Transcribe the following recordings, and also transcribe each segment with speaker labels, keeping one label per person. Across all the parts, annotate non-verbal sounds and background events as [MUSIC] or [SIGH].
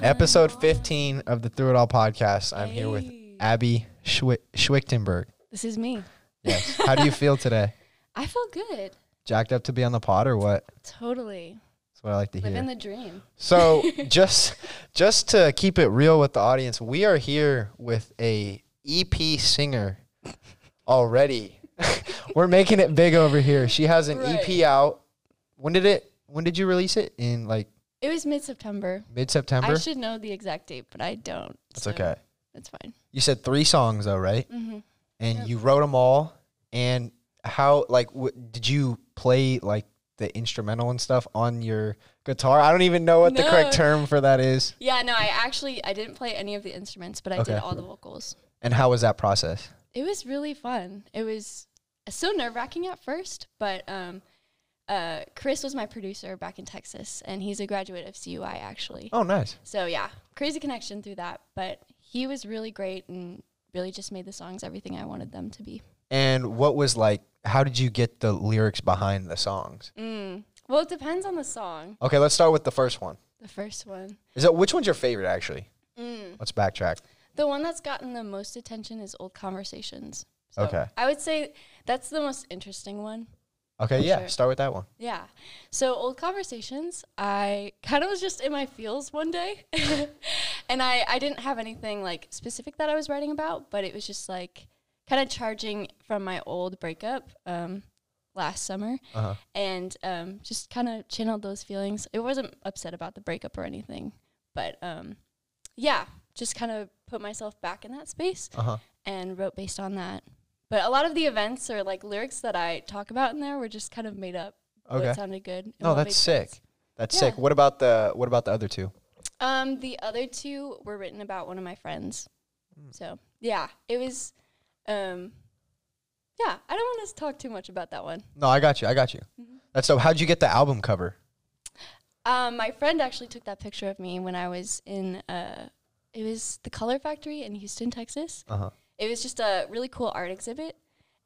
Speaker 1: Episode 15 of the Through It All podcast. I'm here with
Speaker 2: Hey.
Speaker 1: Abby Schwi- Schwichtenberg.
Speaker 2: This is me.
Speaker 1: Yes. How
Speaker 2: [LAUGHS]
Speaker 1: do you feel today?
Speaker 2: I feel good.
Speaker 1: Jacked up to be on the pod or what?
Speaker 2: Totally.
Speaker 1: That's what I like to hear.
Speaker 2: Living the dream. [LAUGHS]
Speaker 1: So just just to keep it real with the audience, we are here with a EP singer already. [LAUGHS] We're making it big over here. She has an EP
Speaker 2: Right.
Speaker 1: out. When did it when did you release it? In like
Speaker 2: It was mid September.
Speaker 1: mid
Speaker 2: I
Speaker 1: September?
Speaker 2: should know the exact date, but I don't.
Speaker 1: That's
Speaker 2: so
Speaker 1: okay.
Speaker 2: That's fine.
Speaker 1: You said three songs though, right?
Speaker 2: hmm
Speaker 1: And
Speaker 2: Yep.
Speaker 1: you wrote them all and how like w- did you play like the instrumental and stuff on your guitar? I don't even know what the correct
Speaker 2: No.
Speaker 1: term for that is.
Speaker 2: Yeah, no, I actually I didn't play any of the instruments, but I
Speaker 1: Okay.
Speaker 2: did all the vocals.
Speaker 1: And how was that process?
Speaker 2: It was really fun. It was so nerve wracking at first, but um, uh, Chris was my producer back in Texas, and he's a graduate of CUI actually.
Speaker 1: Oh, nice.
Speaker 2: So yeah, crazy connection through that. But he was really great and really just made the songs everything I wanted them to be.
Speaker 1: And what was like, how did you get the lyrics behind the songs?
Speaker 2: Mm. Well, it depends on the song.
Speaker 1: Okay, let's start with the first one.
Speaker 2: The first one.
Speaker 1: Is that which one's your favorite actually?
Speaker 2: Mm.
Speaker 1: Let's backtrack.
Speaker 2: The one that's gotten the most attention is Old Conversations. So
Speaker 1: Okay.
Speaker 2: I would say that's the most interesting one.
Speaker 1: Okay, yeah,
Speaker 2: Sure.
Speaker 1: start with that one.
Speaker 2: Yeah. So Old Conversations, I kind of was just in my feels one day. [LAUGHS] and I, I didn't have anything like specific that I was writing about, but it was just like kind of charging from my old breakup um, last summer
Speaker 1: Uh-huh.
Speaker 2: and um, just kind of channeled those feelings. It wasn't upset about the breakup or anything, but um, yeah, just kind of put myself back in that space
Speaker 1: Uh-huh.
Speaker 2: and wrote based on that. But a lot of the events or like lyrics that I talk about in there were just kind of made up.
Speaker 1: Okay.
Speaker 2: What sounded good. and
Speaker 1: No,
Speaker 2: what
Speaker 1: that's
Speaker 2: made
Speaker 1: sick.
Speaker 2: sense.
Speaker 1: That's
Speaker 2: Yeah.
Speaker 1: sick. What about the what about the other two?
Speaker 2: Um, the other two were written about one of my friends.
Speaker 1: Hmm.
Speaker 2: So yeah, it was. Um, yeah, I don't want to talk too much about that one.
Speaker 1: No, I got you. I got you.
Speaker 2: Mm-hmm.
Speaker 1: That's so how'd you get the album cover?
Speaker 2: Um, my friend actually took that picture of me when I was in uh, it was the Color Factory in Houston, Texas.
Speaker 1: Uh-huh.
Speaker 2: It was just a really cool art exhibit,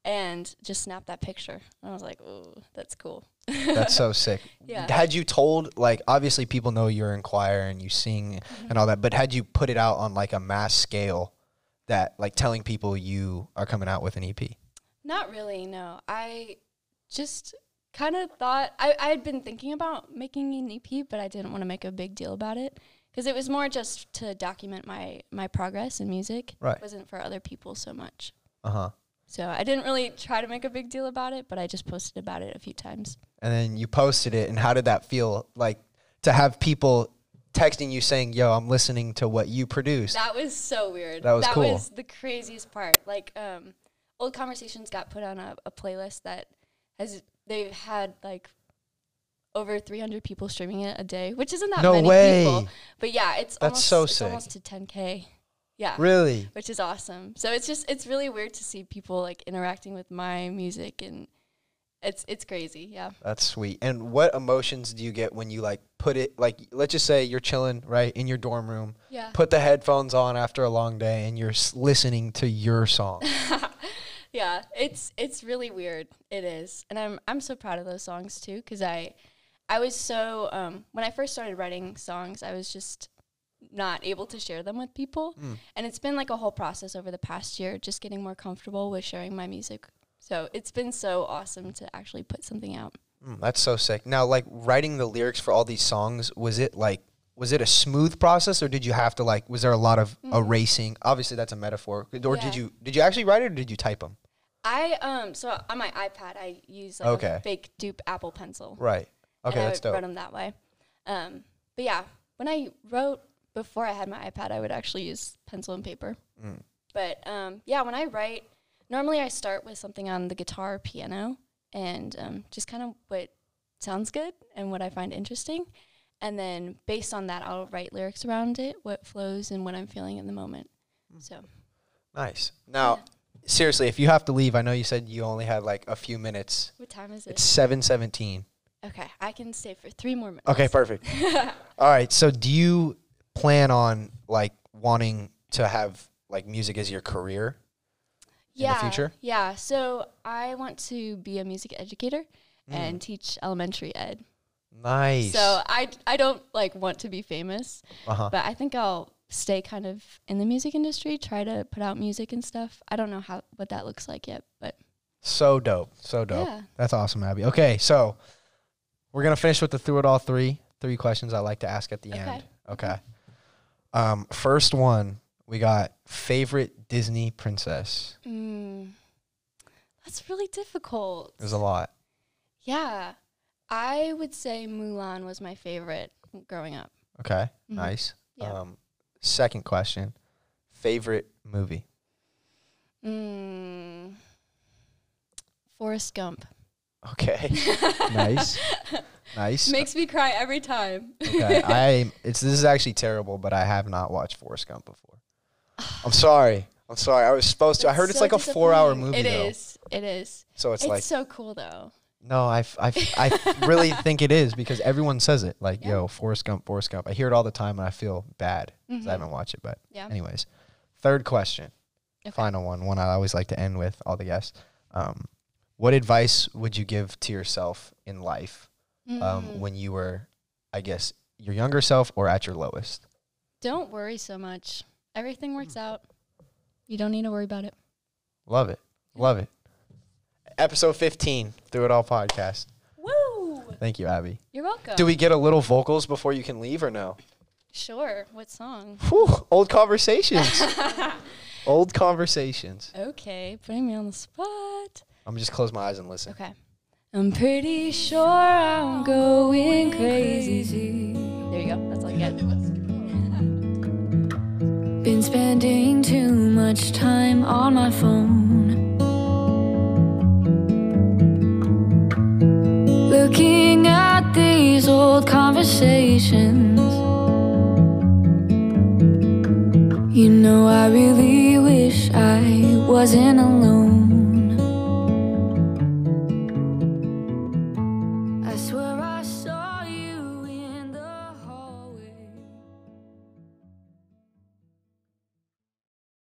Speaker 2: and just snapped that picture. And I was like, "Ooh, that's cool."
Speaker 1: That's so sick.
Speaker 2: [LAUGHS] Yeah.
Speaker 1: Had you told like obviously people know you're in choir and you sing
Speaker 2: Mm-hmm.
Speaker 1: and all that, but had you put it out on like a mass scale that like telling people you are coming out with an E EP?
Speaker 2: Not really. No, I just kind of thought I I had been thinking about making an EP, but I didn't want to make a big deal about it because it was more just to document my my progress in music.
Speaker 1: Right.
Speaker 2: It wasn't for other people so much.
Speaker 1: Uh-huh.
Speaker 2: So I didn't really try to make a big deal about it, but I just posted about it a few times.
Speaker 1: and then you posted it and how did that feel like to have people texting you saying yo i'm listening to what you produced
Speaker 2: That was so weird.
Speaker 1: That was cool.
Speaker 2: the craziest part. Like, um, old conversations got put on a, a playlist that has they've had like over 300 people streaming it a day, which isn't that
Speaker 1: No
Speaker 2: many
Speaker 1: way.
Speaker 2: people. But yeah, it's
Speaker 1: That's so
Speaker 2: almost, it's
Speaker 1: sick.
Speaker 2: almost to 10k. Yeah,
Speaker 1: really
Speaker 2: which is awesome. So it's just it's really weird to see people like interacting with my music and it's it's crazy. Yeah.
Speaker 1: that's sweet and what emotions do you get when you like put it like let's just say you're chilling right in your dorm room
Speaker 2: Yeah.
Speaker 1: put the headphones on after a long day and you're s- listening to your song
Speaker 2: [LAUGHS] yeah, it's it's really weird. It is, and I'm I'm so proud of those songs too because I I was so um, when I first started writing songs, I was just not able to share them with people, and it's been like a whole process over the past year, just getting more comfortable with sharing my music. So it's been so awesome to actually put something out.
Speaker 1: Mm, that's so sick now like writing the lyrics for all these songs was it like was it a smooth process or did you have to like was there a lot of erasing obviously that's a metaphor or
Speaker 2: Mm-hmm. Yeah.
Speaker 1: did you did you actually write it or did you type them
Speaker 2: I um so on my iPad, I use like
Speaker 1: Okay.
Speaker 2: a fake dupe Apple pencil.
Speaker 1: Right. Okay,
Speaker 2: and
Speaker 1: that's
Speaker 2: I would
Speaker 1: dope.
Speaker 2: run them that way. Um, but yeah, when I wrote before I had my iPad, I would actually use pencil and paper.
Speaker 1: Mm.
Speaker 2: But um, yeah, when I write, normally I start with something on the guitar, or piano, and um, just kind of what sounds good and what I find interesting. And then based on that, I'll write lyrics around it, what flows and what I'm feeling in the moment.
Speaker 1: Mm.
Speaker 2: So
Speaker 1: Nice. Now, seriously, if you have to leave, I know you said you only had like a few minutes.
Speaker 2: what time is
Speaker 1: It's
Speaker 2: it?
Speaker 1: seven seventeen.
Speaker 2: Okay, I can stay for three more minutes.
Speaker 1: Okay,
Speaker 2: [LAUGHS]
Speaker 1: perfect. All right. So, do you plan on like wanting to have like music as your career? in the
Speaker 2: yeah,
Speaker 1: future?
Speaker 2: Yeah. So I want to be a music educator and teach elementary ed.
Speaker 1: Mm. Nice.
Speaker 2: So I I don't like want to be famous,
Speaker 1: uh-huh.
Speaker 2: but I think I'll stay kind of in the music industry, try to put out music and stuff. I don't know how what that looks like yet, but
Speaker 1: So dope. So dope.
Speaker 2: yeah.
Speaker 1: That's awesome, Abby. Okay, so we're gonna finish with the through it all three three questions I like to ask at the
Speaker 2: Okay.
Speaker 1: end. Okay. Um, first one we got favorite Disney princess.
Speaker 2: Mm, that's really difficult.
Speaker 1: There's a lot.
Speaker 2: Yeah. I would say Mulan was my favorite growing up.
Speaker 1: Okay,
Speaker 2: Mhm.
Speaker 1: nice.
Speaker 2: Yeah.
Speaker 1: Um, second question, favorite movie.
Speaker 2: Mm. Forrest
Speaker 1: [LAUGHS]
Speaker 2: Gump. [LAUGHS]
Speaker 1: Okay, nice, nice.
Speaker 2: Makes me cry every time. [LAUGHS]
Speaker 1: okay, I it's this is actually terrible, but I have not watched Forrest Gump before. I'm sorry. I'm sorry. I was supposed to. I heard it's
Speaker 2: so
Speaker 1: like a four hour
Speaker 2: disappointing.
Speaker 1: movie
Speaker 2: It
Speaker 1: though,
Speaker 2: is. It is.
Speaker 1: so
Speaker 2: It's,
Speaker 1: it's like
Speaker 2: so cool though.
Speaker 1: No, I, f- I, f- I
Speaker 2: [LAUGHS]
Speaker 1: f- really think it is because everyone says it. Like, yo, Forrest Gump, Forrest Gump. I hear it all the time and I feel bad 'cause
Speaker 2: Mhm.
Speaker 1: I haven't watched it. But,
Speaker 2: Yeah.
Speaker 1: anyways, third question,
Speaker 2: Okay.
Speaker 1: final one, one I always like to end with all the guests. Um, what advice would you give to yourself in life um,
Speaker 2: Mm.
Speaker 1: when you were, I guess, your younger self or at your lowest?
Speaker 2: Don't worry so much. Everything works
Speaker 1: Mm-hmm.
Speaker 2: out. You don't need to worry about it.
Speaker 1: Love it. Love it. Episode 15, Through It All podcast.
Speaker 2: Woo!
Speaker 1: Thank you, Abby.
Speaker 2: You're welcome.
Speaker 1: Do we get a little vocals before you can leave or no?
Speaker 2: sure. What song?
Speaker 1: Whew, old conversations. old conversations.
Speaker 2: Okay, putting me on the spot.
Speaker 1: I'm just close my eyes and listen.
Speaker 2: Okay. I'm pretty sure I'm going crazy. There you go. That's all you get. [LAUGHS]
Speaker 3: Been spending too much time on my phone. Looking at these old conversations. You know, I really wish I wasn't alone.